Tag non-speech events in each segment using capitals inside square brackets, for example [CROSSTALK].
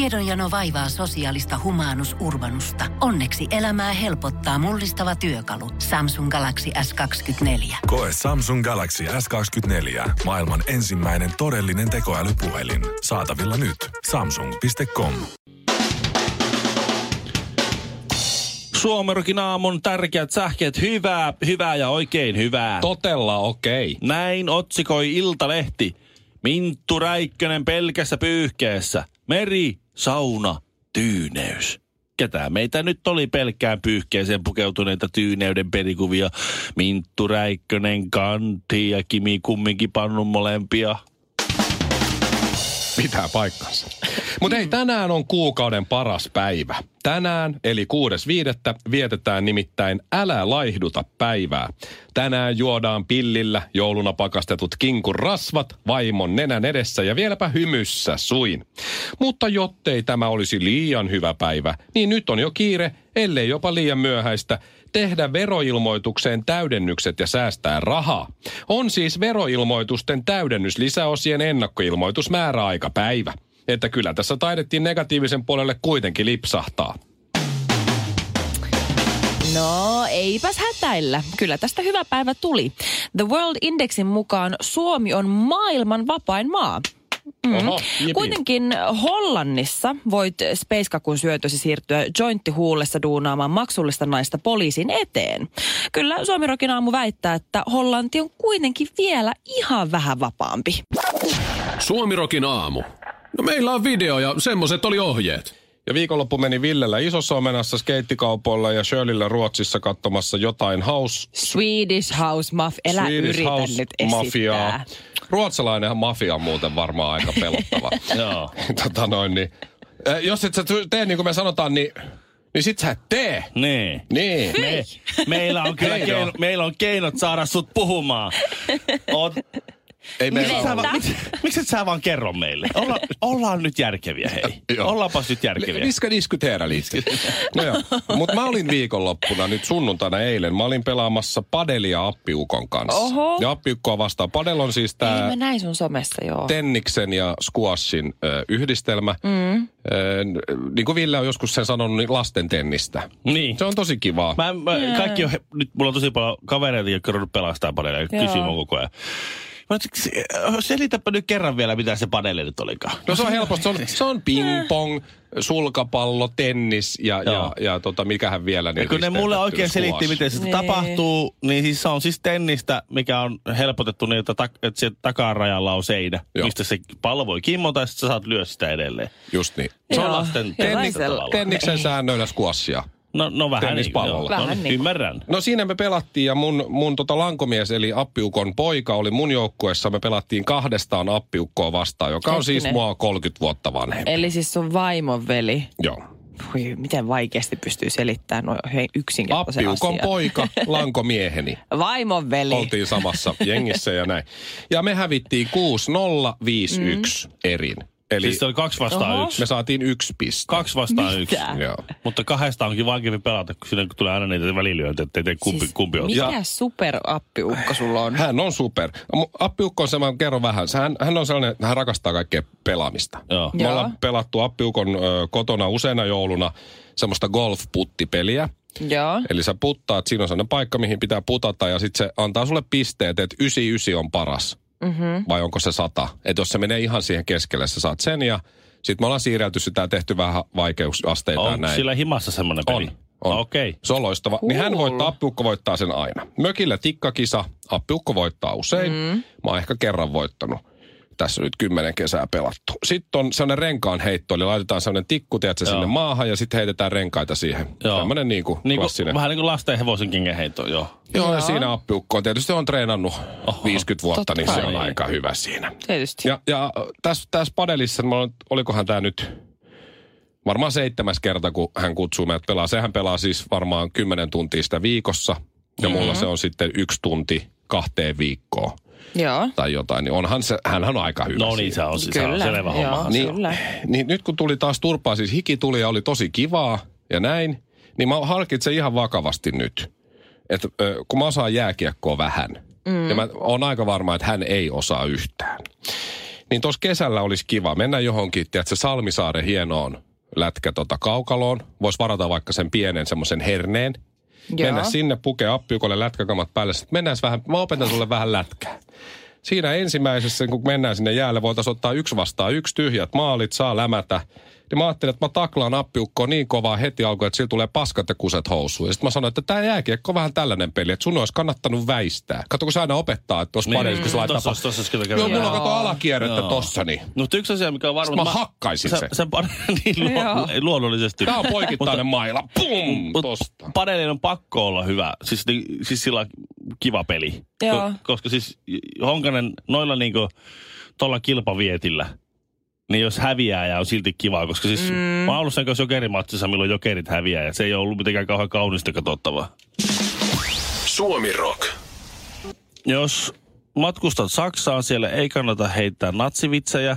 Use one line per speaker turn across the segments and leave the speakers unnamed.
Tiedonjano vaivaa sosiaalista humanus urbanusta. Onneksi elämää helpottaa mullistava työkalu. Samsung Galaxy S24.
Koe Samsung Galaxy S24. Maailman ensimmäinen todellinen tekoälypuhelin. Saatavilla nyt. Samsung.com.
Suomerokin aamun tärkeät sähkeet. Hyvää, hyvää ja oikein hyvää.
Totella okei. Okay.
Näin otsikoi Iltalehti. Minttu Räikkönen pelkässä pyyhkeessä. Meri, sauna, tyyneys. Ketä meitä nyt oli pelkkään pyyhkeeseen pukeutuneita tyyneyden perikuvia. Minttu Räikkönen kanti ja Kimi kumminkin pannut molempia.
Pitää paikkansa. Mutta hei, tänään on kuukauden paras päivä. Tänään, eli 6.5. vietetään nimittäin Älä laihduta päivää. Tänään juodaan pillillä jouluna pakastetut kinkun rasvat vaimon nenän edessä ja vieläpä hymyssä suin. Mutta jottei tämä olisi liian hyvä päivä, niin nyt on jo kiire, ellei jopa liian myöhäistä, tehdä veroilmoitukseen täydennykset ja säästää rahaa. On siis veroilmoitusten täydennyslisäosien ennakkoilmoitusmääräaikapäivä. Että kyllä tässä taidettiin negatiivisen puolelle kuitenkin lipsahtaa.
No, eipäs hätäillä. Kyllä tästä hyvä päivä tuli. The World Indexin mukaan Suomi on maailman vapain maa.
Oho, jipi.
Mhm. Kuitenkin Hollannissa voit speiskakun syötösi siirtyä jointtihuulessa duunaamaan maksullista naista poliisin eteen. Kyllä Suomirokin aamu väittää, että Hollanti on kuitenkin vielä ihan vähän vapaampi.
Suomirokin aamu. No meillä on video ja semmoset oli ohjeet.
Ja viikonloppu meni Villellä isossa omenassa skeittikaupoilla ja Shirleyllä Ruotsissa katsomassa jotain haus...
Swedish House Mafia. Älä
Swedish
yritä
House
nyt esittää.
Mafiaa. Ruotsalainen mafia on muuten varmaan aika
[LAUGHS]
pelottava. [LAUGHS]
Joo.
tota noin, niin. Äh, Jos et sä tee niin kuin me sanotaan, niin, niin sit sä et tee.
Niin.
Niin.
Me, meillä, on kyllä
Keino.
keino, meillä on keinot saada sut puhumaan. Oot,
Ei meillä
miksi, sä
ole.
vaan, miksi, miksi et sä vaan kerro meille? Olla, ollaan nyt järkeviä, hei.
[LAUGHS] Joo.
Ollaanpas nyt järkeviä.
Vi ska diskutera lite. no joo. Mut mä olin viikonloppuna nyt sunnuntaina eilen. Mä olin pelaamassa padelia Appiukon kanssa.
Oho.
Ja Appiukkoa vastaan. Padel on siis
Ei,
tää...
mä näin sun somessa, joo.
tenniksen ja squashin ö, yhdistelmä. Mm. Ö, n- niin kuin Ville on joskus sen sanonut, niin lasten tennistä.
Niin.
Se on tosi kivaa. Mä...
Mä, mä, kaikki on, he- nyt mulla on tosi paljon kavereita, jotka on ruvennut pelastaa paneeleja, ja
Joo.
kysyy mun koko ajan. Mä sit- se- äh, selitäpä nyt kerran vielä, mitä se paneeli nyt olikaan.
No se on helposti. Se on, se on ping-pong, sulkapallo, tennis ja, ja,
Joo.
ja tota, mikähän vielä. Niin
Ja kun ne mulle
yhdistelmät,
oikein
kyllä
selitti,
squash.
miten se
Niin.
tapahtuu, niin siis se on siis tennistä, mikä on helpotettu niin, että, tak- että se takarajalla on seinä,
Joo.
mistä se pallo voi kimmota ja sit sä saat lyö sitä edelleen.
Just niin.
Se on
Joo,
lasten
jollain
tennistä
sel-
tavallaan.
Tenniksen säännöillä squashia.
No, no vähän niin.
Tennispallolla.
joo.
Vähän
no, niin.
niin.
Ymmärrän.
No siinä me pelattiin ja mun, mun tota lankomies eli Appiukon poika oli mun joukkueessa. Me pelattiin kahdestaan Appiukkoa vastaan, joka on siis
Hetkinen.
mua 30 vuotta vanhempi.
Eli siis sun vaimon veli.
Joo.
Voi, miten vaikeasti pystyy selittämään noin hyvin yksinkertaisen
Appiukon
asian.
poika, lankomieheni.
Niin. Vaimon veli.
Oltiin samassa jengissä ja näin. Ja me hävittiin 6-0-5-1 erin. Eli
Eli... Siis se oli kaksi vastaan
Oho.
yksi.
me saatiin yksi piste.
Kaksi vastaan yksi.
Mitä?
Joo.
Mutta kahdesta onkin vaikeampi pelata, kun siinä tulee aina niitä välilyöntejä, ettei tee kumpi,
siis,
kumpi on.
Mikä superappiukko sulla on?
Hän on super. Mu- Appiukko on se, mä kerron vähän. Se- Hän, hän on sellainen, että hän rakastaa kaikkea pelaamista.
Joo.
Me
Joo.
ollaan pelattu Appiukon ö, kotona useana jouluna semmoista golf-puttipeliä.
Joo.
Eli sä puttaat, siinä on sellainen paikka, mihin pitää putata ja sitten se antaa sulle pisteet, että 99 on paras. Mm-hmm. Vai onko se 100? Että jos se menee ihan siihen keskelle, sä saat sen ja sitten me ollaan siirrelty sitä ja tehty vähän vaikeusasteita ja
Onko
näin.
sillä himassa semmoinen peli? Ah,
On, on.
Okei. Okay.
Se on loistava. Niin hän
Cool.
voittaa, appiukko voittaa sen aina. Mökillä tikkakisa, appiukko voittaa usein. Mm. Mä oon ehkä kerran voittanut. Tässä on nyt kymmenen kesää pelattu. Sitten on sellainen renkaan heitto, eli laitetaan sellainen tikku, tiedätkö,
Joo.
sinne maahan ja sitten heitetään renkaita siihen.
Joo.
Tämmöinen niinku
Niin
klassinen.
kuin, vähän niin kuin lasten hevosen kengän heitto, joo.
Joo, ja siinä appiukko on tietysti on treenannut Oho, 50 vuotta,
totta
niin se
kai.
on aika hyvä siinä.
Tietysti.
Ja, ja äh, tässä, tässä padelissa, mä olen, olikohan tämä nyt varmaan seitsemäs kerta, kun hän kutsuu meidät pelaa. Sehän pelaa siis varmaan 10 tuntia sitä viikossa, ja mulla
Mm-hmm.
se on sitten yksi tunti kahteen viikkoon
Joo.
tai jotain. Niin onhan se, hänhän on aika hyvä
No
siinä.
niin, se on, siis, se on
Kyllä,
selvä
joo.
homma.
Niin,
Kyllä.
niin nyt kun tuli taas turpaa, siis hiki tuli ja oli tosi kivaa ja näin, niin mä harkitsen ihan vakavasti nyt, että ö, kun mä osaan jääkiekkoa vähän, mm. ja mä oon aika varma, että hän ei osaa yhtään. Niin tuossa kesällä olisi kiva mennä johonkin, tiedätkö, Salmisaaren hienoon lätkä tota kaukaloon. Voisi varata vaikka sen pienen semmoisen herneen. Joo. Mennä sinne, pukea appiukolle lätkäkamat päälle. Sitten mennään vähän, mä opetan sulle vähän lätkää. Siinä ensimmäisessä, kun mennään sinne jäälle, voitaisiin ottaa yksi vastaan yksi tyhjät maalit, saa lämätä. Niin mä ajattelin, että mä taklaan appiukkoa niin kovaa heti alkuun, että sillä tulee paskat ja kuset housuun. Ja sitten mä sanoin, että tämä jääkiekko on vähän tällainen peli, että sun olisi kannattanut väistää. Kato, kun sä aina opettaa, että tuossa niin, paneelissa, kun se laittaa...
Tossa, olisi- tossa olisi kyllä
Joo, mulla on
käydä.
kato alakierrettä
Joo.
tossa, niin.
No, mutta yksi asia, mikä on varma...
Mä hakkaisin
sä,
sen.
Sä pan... [LAUGHS] niin,
Joo.
luo, ei, luonnollisesti.
Tää on poikittainen maila. Pum!
Mut
Tosta.
paneelin on pakko olla hyvä. Siis, ni- siis sillä on kiva peli.
Joo.
koska siis Honkanen noilla niinku tuolla kilpavietillä, niin jos häviää ja on silti kivaa, koska siis mm. mä oon ollut sen kanssa jokerimatsissa, milloin jokerit häviää ja se ei ole ollut mitenkään kauhean kaunista katsottavaa.
Suomi Rock.
Jos matkustat Saksaan, siellä ei kannata heittää natsivitsejä.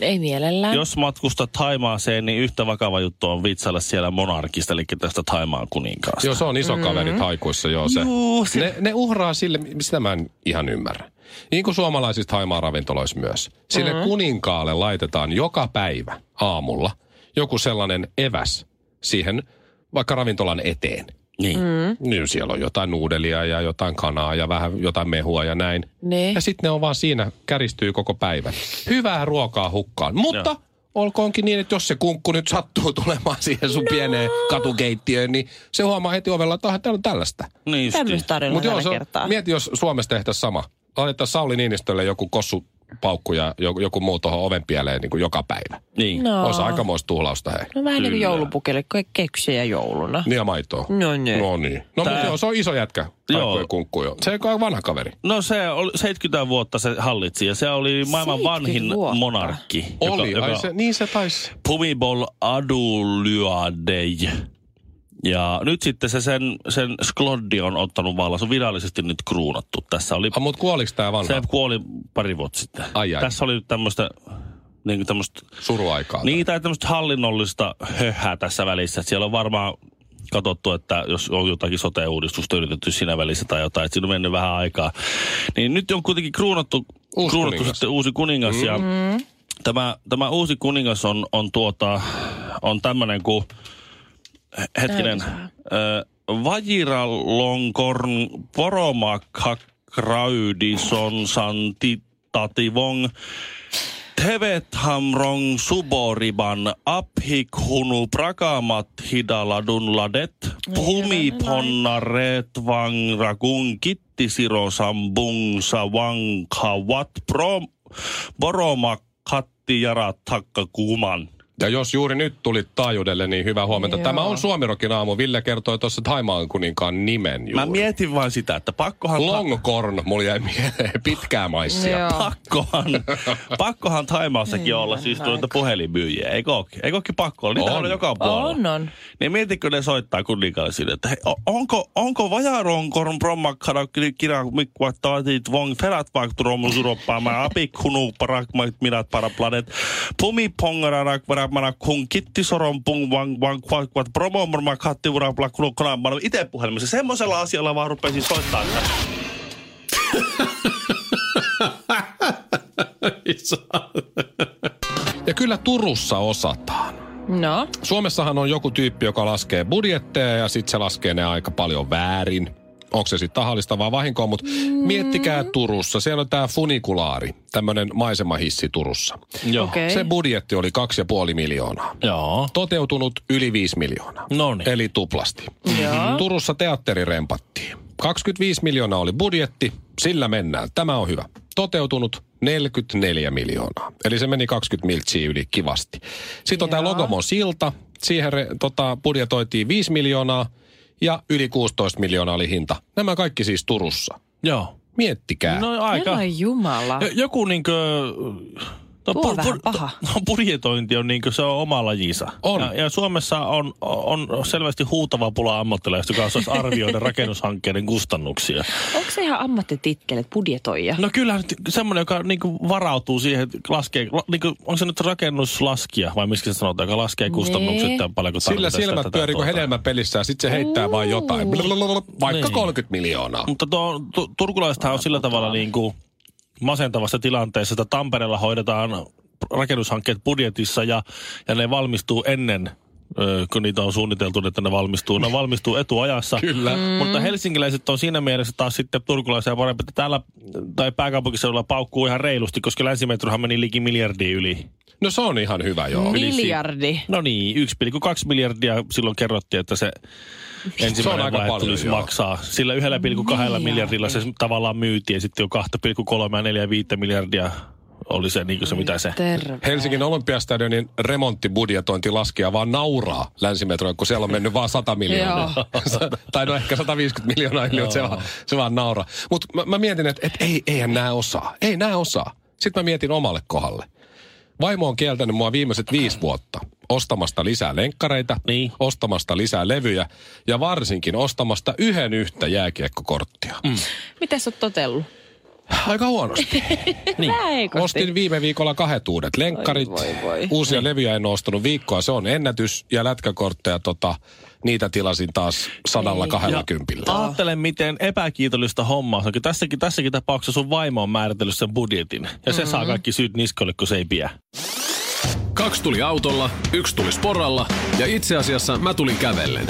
Ei mielellään.
Jos matkustat Taimaaseen, niin yhtä vakava juttu on vitsailla siellä monarkista, eli tästä Taimaan kuninkaasta.
Joo, se on iso kaveri haikuissa, joo Mm. se. Ne, ne uhraa sille, sitä mä en ihan ymmärrä. Niin kuin suomalaisista haimaa ravintoloissa myös. Sille mm-hmm. kuninkaalle laitetaan joka päivä aamulla joku sellainen eväs siihen vaikka ravintolan eteen.
Niin. Mm.
Niin siellä on jotain nuudelia ja jotain kanaa ja vähän jotain mehua ja näin.
Niin.
Ja sitten ne on vaan siinä, käristyy koko päivän. Hyvää ruokaa hukkaan. Mutta
Joo.
olkoonkin niin, että jos se kunkku nyt sattuu tulemaan siihen sun no. pieneen katukeittiöön, niin se huomaa heti ovella, että "Ah, täällä on tällaista.
Niin justiin.
Tämmöistä tarinaa
Mut
tällä
se on-
kertaa.
mieti, jos Suomessa tehtäisiin sama. Laitettaisiin Sauli Niinistölle joku kossupaukku ja joku, joku muu tuohon oven pieleen niin kuin joka päivä.
Niin.
no.
Olisi aikamoista tuhlausta hei.
No vähän niin kuin
Kyllä.
joulupukille, kun ei keksejä jouluna.
Niin ja maitoa.
No niin.
No niin. No
Tää-
mutta joo, se on iso jätkä.
Joo.
Joo. Kunkku jo. Se on vanha kaveri.
No se oli 70 vuotta se hallitsi ja se oli maailman
70
vanhin
vuotta.
monarkki.
Oli, ai se, niin se taisi.
Pumibol Adulyadej. Ja nyt sitten se sen, sen Skloddi on ottanut vallan. Se on virallisesti nyt kruunattu. Tässä oli,
Ah, mutta kuoliks tää vanha?
se
Se...
kuoli pari vuotta sitten.
Ai, ai.
Tässä oli nyt tämmöistä, niin tämmöistä,
Suruaikaa.
niin tai tämmöistä hallinnollista höhää tässä välissä. Että siellä on varmaan katsottu, että jos on jotakin sote-uudistusta yritetty siinä välissä tai jotain, että siinä on mennyt vähän aikaa. Niin nyt on kuitenkin kruunattu,
Uusi
kruunattu
kuningas.
sitten uusi kuningas mm. ja tämä, tämä uusi kuningas on, on, tuota, on tämmöinen kuin, hetkinen, ö, Vajiralongkorn Poromakhakraudison Santitativong Tevethamrong Suboriban Abhikhunu Prakamat Hidaladun Ladet Pumiponnaret Vangragun Kittisiro Sambung Savankhawat Pro Boromakhatti Yaratakkakuman.
Ja jos juuri nyt tulit taajuudelle, niin hyvää huomenta. Joo. Tämä on Suomirokin aamu. Ville kertoi tuossa Taimaan kuninkaan nimen juuri.
Mä mietin vain sitä, että pakkohan...
Longkorn, mulla jäi mieleen. [LAUGHS] Pitkää maissia.
Joo. [LAUGHS] Niin, no
pakkohan, pakkohan Taimaassakin olla siis tuolta puhelinmyyjiä, eikö ookin? Eikö ookin pakko olla? Niitä
On.
on joka puolella.
On, on.
Niin mietitkö ne soittaa kuninkaalle sille, että hei, o- onko, onko vajaronkoron brommakkara kirjan mikkua taatit vong ferat vakturomun
[LAUGHS]
suroppaamaan apikkunu parakmat minat paraplanet pumi pongararak varamana kun kittisoron pung vang vang kvak kvak promomorma kattiurapla kunukkonan mä olen ite puhelimessa. Semmoisella asialla vaan rupesin soittaa. että
Ja kyllä Turussa osataan.
No,
Suomessahan on joku tyyppi, joka laskee budjetteja ja sitten se laskee ne aika paljon väärin. Onko se sitten tahallista vai vahinkoa, mutta miettikää Turussa. Siellä on tämä funikulaari, tämmöinen maisemahissi Turussa.
Joo.
okei.
Se
Okay.
budjetti oli 2,5 miljoonaa.
No.
Joo.
Toteutunut yli 5 miljoonaa.
Noniin.
Eli tuplasti.
[LAUGHS]
Joo.
Mm-hmm.
Turussa teatteri rempattiin. 25 miljoonaa oli budjetti, sillä mennään. Tämä on hyvä. Toteutunut 44 miljoonaa. Eli se meni 20 miltsiä yli kivasti. Sitten on tämä
Joo.
Logomon silta. Siihen re, tota, budjetoitiin 5 miljoonaa ja yli 16 miljoonaa oli hinta. Nämä kaikki siis Turussa.
Joo.
Miettikää.
No aika.
Herra Jumala.
Jo- Joku niinkö... no, To,
Tuo on vähän
[LAUGHS]
paha.
To, no, budjetointi on niinkö se on oma lajinsa.
On.
Ja, ja Suomessa on, on selvästi huutava pula ammattilaisista, joka
[LAUGHS]
osaisi arvioida rakennushankkeiden kustannuksia.
Onko se ihan ammattitittele, budjetoija?
No kyllähän nyt semmoinen, joka niinku varautuu siihen, että laskee, la, niinku, onko se nyt rakennuslaskija vai miksi se sanotaan, joka laskee kustannukset
Niin.
tämän paljon, kun
Sillä
tarvitaan sitä,
silmät
tätä
pyörii kuin
tuota.
hedelmäpelissä ja sitten se heittää vain jotain. Blablabla, Vaikka
Niin.
30 miljoonaa.
Mutta tuo, tu, turkulaisethan on sillä tavalla niin kuin masentavassa tilanteessa, että Tampereella hoidetaan rakennushankkeet budjetissa ja, ja ne valmistuu ennen ö, kun niitä on suunniteltu, että ne valmistuu. Ne valmistuu etuajassa.
Kyllä. Mm.
Mutta helsinkiläiset on siinä mielessä taas sitten turkulaisia parempi, että täällä tai pääkaupunkiseudulla paukkuu ihan reilusti, koska länsimetrohan meni liki miljardia yli.
No se on ihan hyvä, joo.
Miljardi.
No niin, 1,2 miljardia silloin kerrottiin, että se
Se on
ensimmäinen
aika
vaihe
paljon,
tulisi
joo.
maksaa. Sillä 1,2 miljardilla se tavallaan myytiin ja sitten jo 2,3, 4, 5 miljardia oli se, niin kuin se mitä se.
Terve.
Helsingin olympiastadionin remonttibudjetointi laskea vaan nauraa länsimetroon, kun siellä on mennyt vaan 100 miljoonaa. [LAUGHS] tai no ehkä 150 miljoonaa yli, mutta se vaan, se vaan nauraa. Mutta mä, mä mietin, että et ei, eihän nämä osaa. Ei nämä osaa. Sitten mä mietin omalle kohdalle. Vaimo on kieltänyt mua viimeiset viisi vuotta ostamasta lisää lenkkareita,
Niin.
ostamasta lisää levyjä ja varsinkin ostamasta yhden yhtä jääkiekkokorttia. Mm.
Miten sä oot totellut?
Aika huonosti.
Niin.
Tää heikosti.
Ostin viime viikolla kahdet uudet lenkkarit.
Oi, voi, voi.
Uusia levyjä en oo ostanut viikkoa, se on ennätys. Ja lätkäkortteja, tota, niitä tilasin taas sadalla kahdella
Niin.
kympillä.
Ajattele, miten epäkiitollista hommaa se on. kun Tässäkin, tässäkin tapauksessa sun vaimo on määritellyt sen budjetin. Ja se saa kaikki syyt niskolle, kun se ei pidä.
Kaksi tuli autolla, yksi tuli sporalla ja itse asiassa mä tulin kävellen.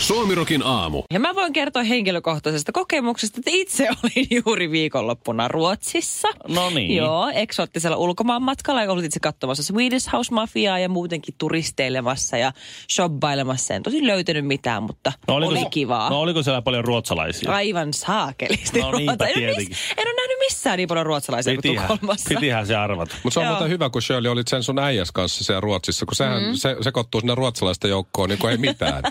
Suomirokin aamu.
Ja mä voin kertoa henkilökohtaisesta kokemuksesta, että itse [LAUGHS] olin juuri viikonloppuna Ruotsissa.
No niin.
Joo, eksoottisella ulkomaanmatkalla ja olin itse katsomassa Swedish House Mafiaa ja muutenkin turisteilemassa ja shoppailemassa. En tosi löytänyt mitään, mutta no, oli
se-
kivaa.
No oliko siellä paljon ruotsalaisia?
Aivan saakelisti.
No niinpä
ruotsa- en, ole
tietenkin.
miss- en ole nähnyt missään niin paljon ruotsalaisia kuin
pitihän,
Tukholmassa.
pitihän se arvata.
Mutta se on
Joo.
muuten hyvä, kun Shirley olit sen sun äijäs kanssa siellä Ruotsissa, kun sehän
Mm-hmm.
mm. se, sekoittuu sinne ruotsalaista joukkoon niin kuin ei
[LAUGHS]
mitään.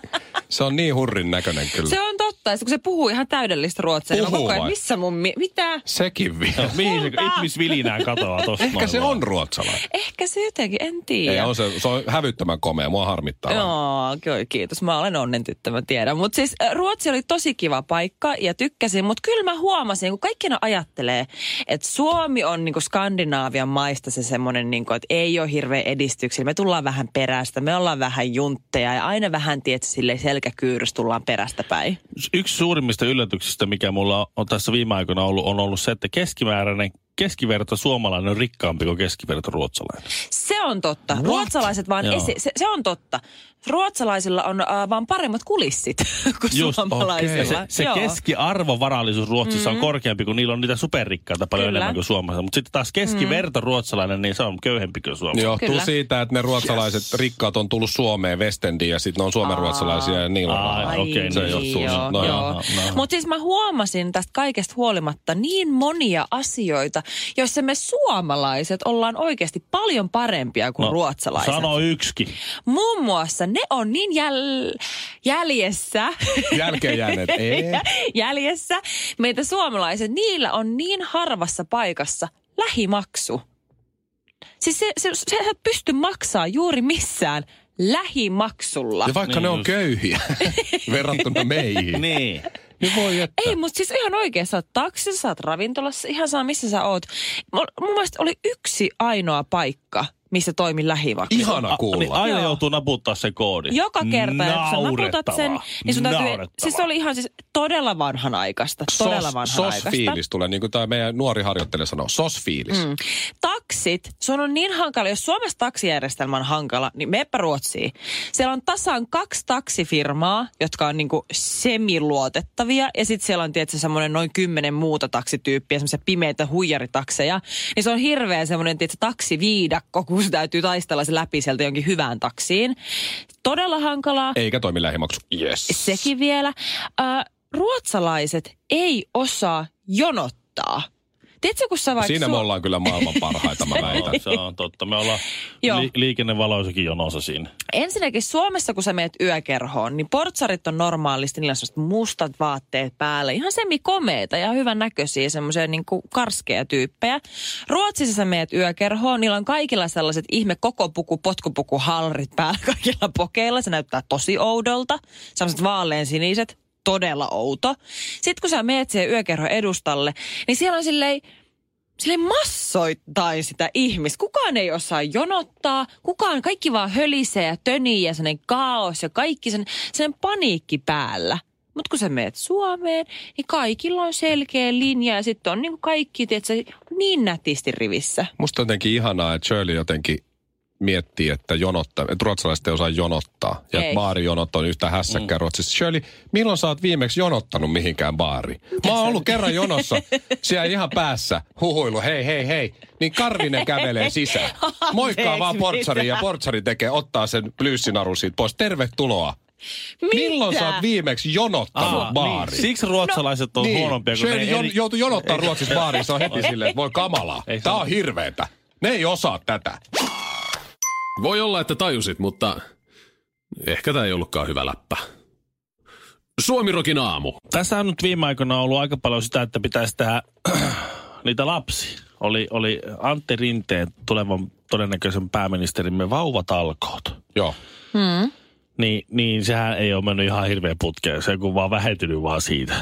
se on niin hurrin näköinen kyllä.
Se on totta, ja sit kun se puhuu ihan täydellistä ruotsia, niin on
Puhuu
koko ajan,
vai?
missä mun mi- mitä?
Sekin vielä.
Mihin se
Kultaa.
ihmisvilinään katoaa tosta
Ehkä
noin
se
vaan.
on ruotsalainen.
Ehkä se jotenkin, en tiedä.
Ei, on se, se on hävyttömän komea, mua harmittaa. vähän.
Niin. Joo, kyllä, kiitos. Mä olen onnen tyttö, mä tiedän. Mutta siis ä, Ruotsi oli tosi kiva paikka ja tykkäsin, mutta kyllä mä huomasin, kun kaikki aina ajattelee, että Suomi on niinku Skandinaavian maista se semmoinen, niinku, että ei ole hirveän edistyksellä. Me tullaan vähän perästä, me ollaan vähän juntteja ja aina vähän, tietysti sille selkäkyyrys tullaan perästä päin.
yksi suurimmista yllätyksistä, mikä mulla on tässä viime aikoina ollut, on ollut se, että keskimääräinen keskiverto suomalainen on rikkaampi kuin keskiverto ruotsalainen.
Se on totta. What? Ruotsalaiset vaan,
Joo.
esi- se, se on totta. Ruotsalaisilla on äh, vaan paremmat kulissit [LAUGHS] kuin
Ja
suomalaisilla.
se, se
Joo.
keskiarvovarallisuus Ruotsissa mm-hmm. on korkeampi, kun niillä on niitä superrikkaita paljon
Kyllä. Mm.
Kyllä. enemmän kuin Suomessa. Mutta sitten taas keskiverto ruotsalainen, niin se on köyhempi kuin Suomessa.
Johtuu
Kyllä.
Kyllä. siitä, että ne ruotsalaiset yes. rikkaat on tullut Suomeen Westendiin ja sitten ne on suomenruotsalaisia ja niin niillä on
Aa.
rahaa.
Ai, okei,
se johtuu siitä. No
niin, joo.
joo,
no.
Mutta siis mä huomasin tästä kaikesta huolimatta niin monia asioita, joissa me suomalaiset ollaan oikeasti paljon parempia
No,
kuin ruotsalaiset.
No, Sano yksikin.
Muun muassa ne on niin jäl- jäljessä. [LAUGHS]
Jälkeen [LAUGHS] jääneet. Ei.
jäljessä. Meitä suomalaiset, niillä on niin harvassa paikassa lähimaksu. Siis se, se, se, sä et pysty maksaa juuri missään lähimaksulla.
Ja vaikka
Niin
niin ne on
just.
köyhiä [LAUGHS] verrattuna meihin, niin.
Niin.
niin voi että.
Ei, mutta siis ihan oikein. Sä oot taksissa, sä oot ravintolassa, ihan saa missä sä oot. Mul- Mun mielestä oli yksi ainoa paikka, missä toimi lähimaksu.
Ihana kuulla.
Niin aina
Joo.
joutuu naputtaa se koodi.
Joka kerta, jos sä naputat sen,
Naurettavaa.
niin sun täytyy...
Naurettavaa.
Siis se oli ihan siis todella vanhanaikaista. Todella
sos, sos
vanhanaikaista.
fiilis tulee, niin kuin tämä meidän nuori harjoittelija sanoo, sos fiilis. Mm.
Taksit, se on niin hankala. Jos Suomessa taksijärjestelmä on hankala, niin meepä Ruotsiin. Siellä on tasan kaksi taksifirmaa, jotka on niinku semiluotettavia. Ja sitten siellä on tietysti semmoinen noin kymmenen muuta taksityyppiä, semmoisia pimeitä huijaritakseja. Niin se on hirveä semmoinen tietysti taksiviidakko, kun se täytyy taistella se läpi sieltä jonkin hyvään taksiin. Todella hankalaa.
Eikä toimi lähimaksu. Yes.
Sekin vielä. Äh, ruotsalaiset ei osaa jonottaa. Tiedätkö, kun sä vaikka
Siinä me
Suo-
ollaan kyllä maailman parhaita, mä väitän.
Joo, se on totta. Me ollaan
siis Joo.
li- liikennevaloisakin jonossa siinä.
Ensinnäkin Suomessa, kun sä meet yökerhoon, niin portsarit on normaalisti, niillä on semmoiset mustat vaatteet päällä. Ihan semikomeita ja hyvän näköisiä, semmoisia niin kuin karskeja tyyppejä. Ruotsissa sä meet yökerhoon, niillä on kaikilla sellaiset ihme koko puku, potkupuku, halrit päällä kaikilla pokeilla. Se näyttää tosi oudolta. Sellaiset vaalean siniset, todella outo. Sitten kun sä meet siihen yökerhon edustalle, niin siellä on silleen sille massoittain sitä ihmistä. Kukaan ei osaa jonottaa, kukaan, kaikki vaan hölisee ja tönii ja sellainen kaos ja kaikki sen, sen paniikki päällä. Mutta kun sä meet Suomeen, niin kaikilla on selkeä linja ja sitten on niin kuin kaikki, tiedätkö, niin nätisti rivissä.
Musta on jotenkin ihanaa, että Shirley jotenkin miettii, että, jonottaa, että ruotsalaiset ei osaa jonottaa. Ja
Ei.
että baarijonot on yhtä hässäkkää mm. Ruotsissa. Shirley, milloin sä oot viimeksi jonottanut mihinkään baariin? Mä oon ollut kerran jonossa, siellä ihan päässä, huhuilu, hei, hei, hei. Niin Karvinen kävelee sisään. Moikkaa
[LAUGHS] Anteeksi,
vaan portsari ja
mitä?
portsari tekee, ottaa sen plyyssinaru siitä pois. Tervetuloa.
Mitä?
Milloin sä oot viimeksi jonottanut
Aa,
baariin?
Niin. Siksi ruotsalaiset
No,
on
niin.
huonompia kuin
Shirley
ne
jon,
eri-
joutui jonottaa Ruotsissa baariin, se on
[LAUGHS]
heti silleen, että voi kamalaa.
Ei se
Tää
ole.
on hirveetä. Ne ei osaa tätä.
Voi olla, että tajusit, mutta ehkä tämä ei ollutkaan hyvä läppä. Suomirokin aamu.
Tässä on nyt viime aikoina ollut aika paljon sitä, että pitäisi tehdä [CLEARS THROAT] niitä lapsia. Oli, oli Antti Rinteen tulevan todennäköisen pääministerimme vauvatalkoot.
Joo.
Niin, niin sehän ei ole mennyt ihan hirveän putkeen. Se on vaan vähentynyt vaan siitä.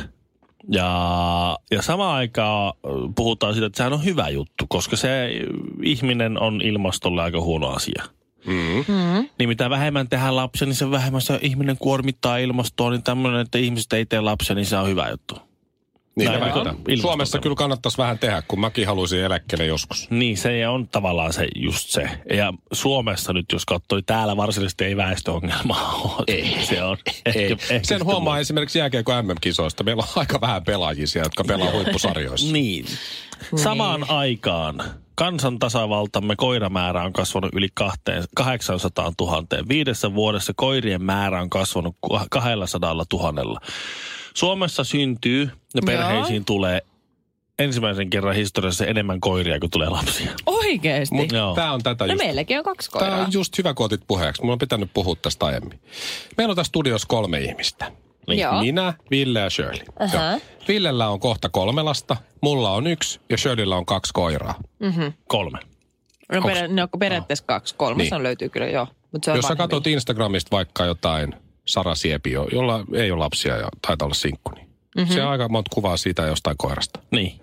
Ja, ja samaan aikaan ö, puhutaan siitä, että sehän on hyvä juttu, koska se ö, ihminen on ilmastolle aika huono asia. Mm. Niin mitä vähemmän tehdään lapsia, niin se vähemmän se ihminen kuormittaa ilmastoa. Niin tämmöinen, että ihmiset ei tee lapsia, niin se on hyvä juttu.
Niin,
Näin
Näin,
on. Ilmaston
Suomessa
kannalta.
kyllä kannattaisi vähän tehdä, kun mäkin haluaisin eläkkeelle joskus.
Niin, se on tavallaan se just se. Ja Suomessa nyt, jos katsoo, niin täällä varsinaisesti ei väestöongelmaa ole. Ei. Se on. Ehkä,
Ei.
ehkä
Sen
sitten
huomaa esimerkiksi jääkiekko MM-kisoista. Meillä on aika vähän pelaajia siellä, jotka pelaa
[LAUGHS]
huippusarjoissa.
Niin. Samaan aikaan kansan tasavaltamme koiramäärä on kasvanut yli kahteen- 800 000. Viidessä vuodessa koirien määrä on kasvanut ku- 200 000. Suomessa syntyy ja perheisiin tulee ensimmäisen kerran historiassa enemmän koiria kuin tulee lapsia.
Oikeesti?
Mut
Joo.
Tämä on tätä
no
just.
meilläkin on kaksi koiraa.
Tämä on just hyvä, kun otit puheeksi. Mulla on pitänyt puhua tästä aiemmin. Meillä on tässä studiossa kolme ihmistä.
Niin. Joo.
Minä, Ville ja Shirley.
Aha.
Joo. Villellä on kohta kolme lasta, mulla on yksi ja Shirleyllä on kaksi koiraa.
Kolme.
No, perä, ne on periaatteessa kaksi. Kolmas
Niin.
niin. on löytyy kyllä, joo. Mut se on
Jos sä
vanhemmilla.
katsot Instagramista vaikka jotain Sara Siepio, jolla ei ole lapsia ja taitaa olla sinkku, niin mm-hmm. se on aika monta kuvaa siitä jostain koirasta.
Niin,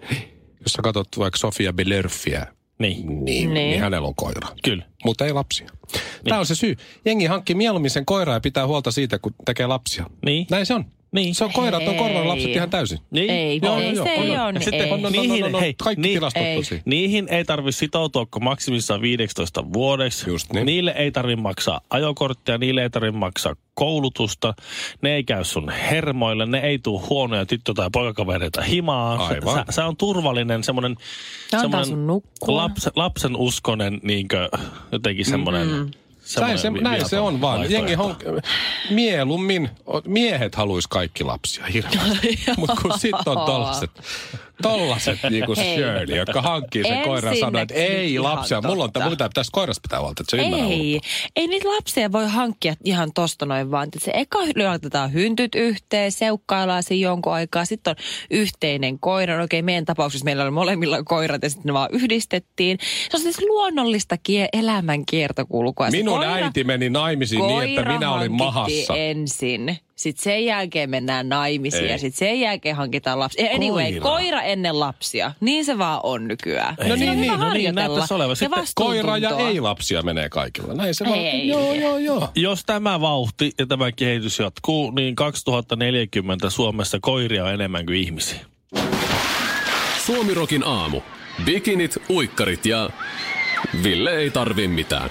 Jos sä katsot vaikka Sofia Belörfiä,
niin,
niin, niin. niin hänellä on koira,
kyllä.
mutta ei lapsia. Niin. Tämä on se syy. Jengi hankkii mieluummin sen koiraa ja pitää huolta siitä, kun tekee lapsia.
Niin.
Näin se on.
Niin.
Se on koirat, on korvan lapset
Ei.
ihan täysin. no,
Niin.
Ei,
Joo,
ei
joo,
se
joo,
ei
joo.
ole. niin,
Ja sitten no,
ei.
On, on, on,
Niihin-
on, on,
hei,
kaikki
niin-
tilastot
ei.
tosi.
Niihin ei tarvitse sitoutua kuin maksimissaan 15 vuodeksi.
Just niin.
Niille ei tarvitse maksaa ajokorttia, niille ei tarvitse maksaa koulutusta. Ne ei käy sun hermoille, ne ei tuu huonoja tyttö- tai poikakavereita himaa.
Aivan.
Sä, sä on turvallinen semmoinen
Ne antaa
semmoinen
sun nukkua.
laps, lapsen uskonen niinkö, jotenkin semmoinen... Mm-hmm.
Näin se, näin se on vaan. Jengi on, mieluummin, o- miehet haluaisi kaikki lapsia
[LAUGHS]
hirveästi. Mutta kun sitten on tollaset, tollaset niin kuin
Hei.
Shirley, jotka hankkii sen koiran ja sanoo, että
Ensinnäkin
ei
ihan
lapsia. Mulla on,
totta.
mulla pitää tästä koirasta pitää huolta, että se ymmärrä
Ei, ei niitä lapsia voi hankkia ihan tosta noin vaan. Se eka laitetaan hyntyt yhteen, seukkaillaan siinä jonkun aikaa. Sitten on yhteinen koira. No Okei, meidän tapauksessa meillä oli molemmilla koirat ja sitten ne vaan yhdistettiin. Se on siis luonnollista kie- elämän kiertokulkua. Se
Minun
koira-
äiti meni naimisiin niin, että minä olin
hankittiin
mahassa.
ensin. Sitten sen jälkeen mennään naimisiin
Ei.
ja sitten sen jälkeen hankitaan lapsia. Anyway,
Koira.
koira. koira ennen lapsia. Niin se vaan on nykyään.
No niin,
se
niin,
on hyvä
no niin,
harjoitella.
näyttäisi olevan.
Ja
Sitten
Koira ja
vastuuntuntoa.
ei lapsia menee kaikilla. Näin se vaan.
Ei.
Joo, joo, joo.
Jos tämä vauhti ja tämä kehitys jatkuu, niin 2040 Suomessa koiria on enemmän kuin ihmisiä.
Suomirokin aamu. Bikinit, uikkarit ja Ville ei tarvi mitään.